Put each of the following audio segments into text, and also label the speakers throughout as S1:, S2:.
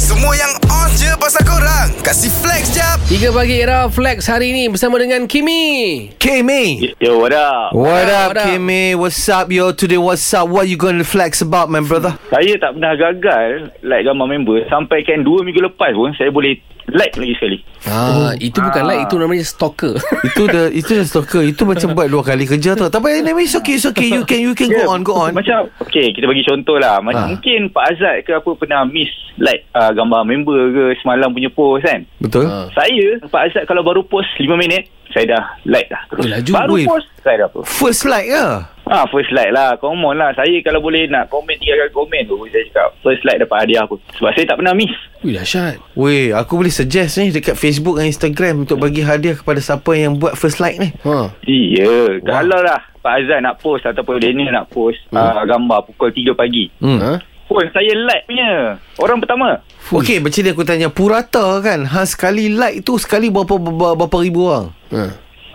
S1: Semua yang on je pasal korang Kasih flex jap
S2: 3 pagi era flex hari ini bersama dengan Kimi.
S3: Kimmy.
S4: Yo, what up?
S3: What up,
S2: What up?
S3: Kimmy? What's up, yo? Today, what's up? What you gonna flex about, my brother?
S4: Saya tak pernah gagal like gambar member sampai kan 2 minggu lepas pun saya boleh like lagi sekali.
S2: Ah, itu bukan
S4: Ah.
S2: like itu namanya stalker.
S3: Oh, itu the itu the stalker. Itu macam buat dua kali kerja tu. Tapi anyway, it's okay, it's okay. You can you can go on, go on.
S4: Macam okay, kita bagi contoh lah. Macam
S3: Ha.
S4: mungkin Pak Azad ke apa pernah miss like uh, gambar member ke semalam punya post kan.
S3: Betul?
S2: Ah.
S4: Saya Pak Azad kalau baru post 5 minit saya dah like dah.
S2: Eh, laju,
S4: baru
S3: weh.
S4: post saya dah post.
S3: First like lah.
S4: Ah first like lah, come on lah. Saya kalau boleh nak komen tiga kali komen tu saya cakap first like dapat hadiah aku. Sebab saya tak pernah miss.
S2: Wih dahsyat.
S3: Weh, aku boleh suggest ni dekat Facebook dan Instagram untuk bagi hadiah kepada siapa yang buat first like ni.
S2: Ha.
S4: Iya, kalau lah Pak Azan nak post ataupun Daniel nak post hmm. uh, gambar pukul 3 pagi.
S3: Hmm.
S2: Ha?
S4: Pun saya like punya. Orang pertama.
S3: Okey, macam ni aku tanya purata kan. Ha sekali like tu sekali berapa berapa, berapa ribu orang?
S2: Ha.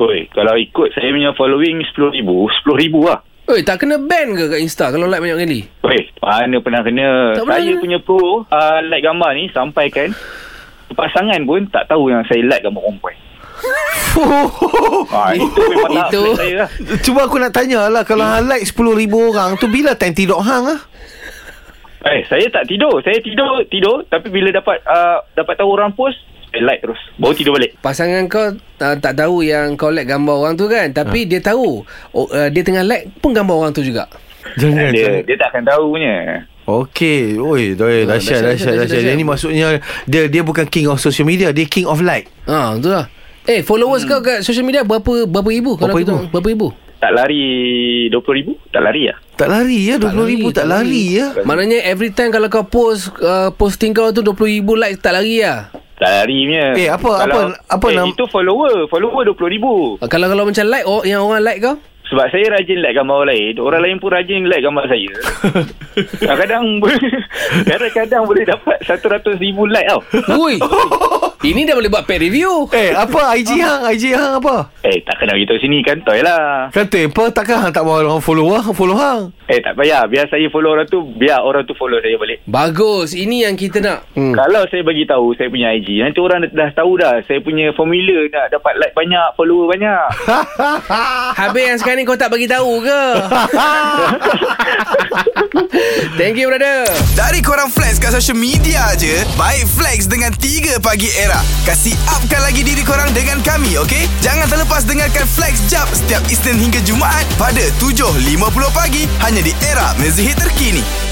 S4: Oi, kalau ikut saya punya following 10,000, 10,000 lah.
S2: Oi, tak kena ban ke kat Insta kalau like banyak kali?
S4: Oi, mana pernah kena.
S2: Tak pernah
S4: saya
S2: kena.
S4: punya pro uh, like gambar ni sampaikan pasangan pun tak tahu yang saya like gambar perempuan. Ha, itu memang tak
S2: Itu.
S4: flex saya lah.
S3: Cuba aku nak tanya lah Kalau hang like 10,000 orang tu Bila time tidur hang lah
S4: Eh, saya tak tidur. Saya tidur, tidur. Tapi bila dapat uh, dapat tahu orang post, saya like terus. Baru tidur balik.
S2: Pasangan kau uh, tak tahu yang kau like gambar orang tu kan, tapi dia tahu oh, uh, dia tengah like pun gambar orang tu juga.
S3: Jangan
S4: Dia, dia tak akan tahu punya.
S3: Okey Oi
S2: dahsyat,
S3: doi, dahsyat
S2: dahsyat,
S3: dahsyat dahsyat Yang ni maksudnya Dia dia bukan king of social media Dia king of like
S2: Ha, betul lah. Eh, followers hmm. kau kat social media berapa berapa ribu? Kalau aku
S3: Berapa ribu?
S2: tahu? Berapa ribu?
S4: tak lari RM20,000 tak lari lah
S3: Tak lari ya
S2: Tak
S3: 20,000 tak, lari ya
S2: Maknanya every time kalau kau post uh, posting kau tu 20,000 like tak lari lah.
S4: tak lari punya
S3: Eh, apa- apa- apa
S4: eh,
S3: nam-
S4: itu follower follower RM20,000
S2: Uh, kalau kalau macam like oh, yang orang like kau?
S4: sebab saya rajin like gambar orang lain orang lain pun rajin like gambar saya kadang-kadang boleh kadang-kadang boleh dapat RM100,000 like tau
S2: Ui. Ini dah boleh buat pet review.
S3: Eh apa IG hang IG hang apa
S4: eh tak kena beritahu sini kantoi lah
S3: Kata apa Takkan hang tak mahu orang follow hang Follow hang
S4: eh tak payah biar saya follow orang tu biar orang tu follow saya balik
S2: Bagus. Ini yang kita nak.
S4: Hmm. Kalau saya bagi tahu saya punya IG, nanti orang dah tahu dah saya punya formula nak dapat like banyak, follower banyak.
S2: Habis yang sekarang ni kau tak bagi tahu ke? Thank you brother.
S1: Dari korang flex kat social media je Baik flex dengan 3 pagi era Kasih upkan lagi diri korang dengan kami okay? Jangan terlepas dengarkan flex jap Setiap Isnin hingga Jumaat Pada 7.50 pagi Hanya di era mezihit terkini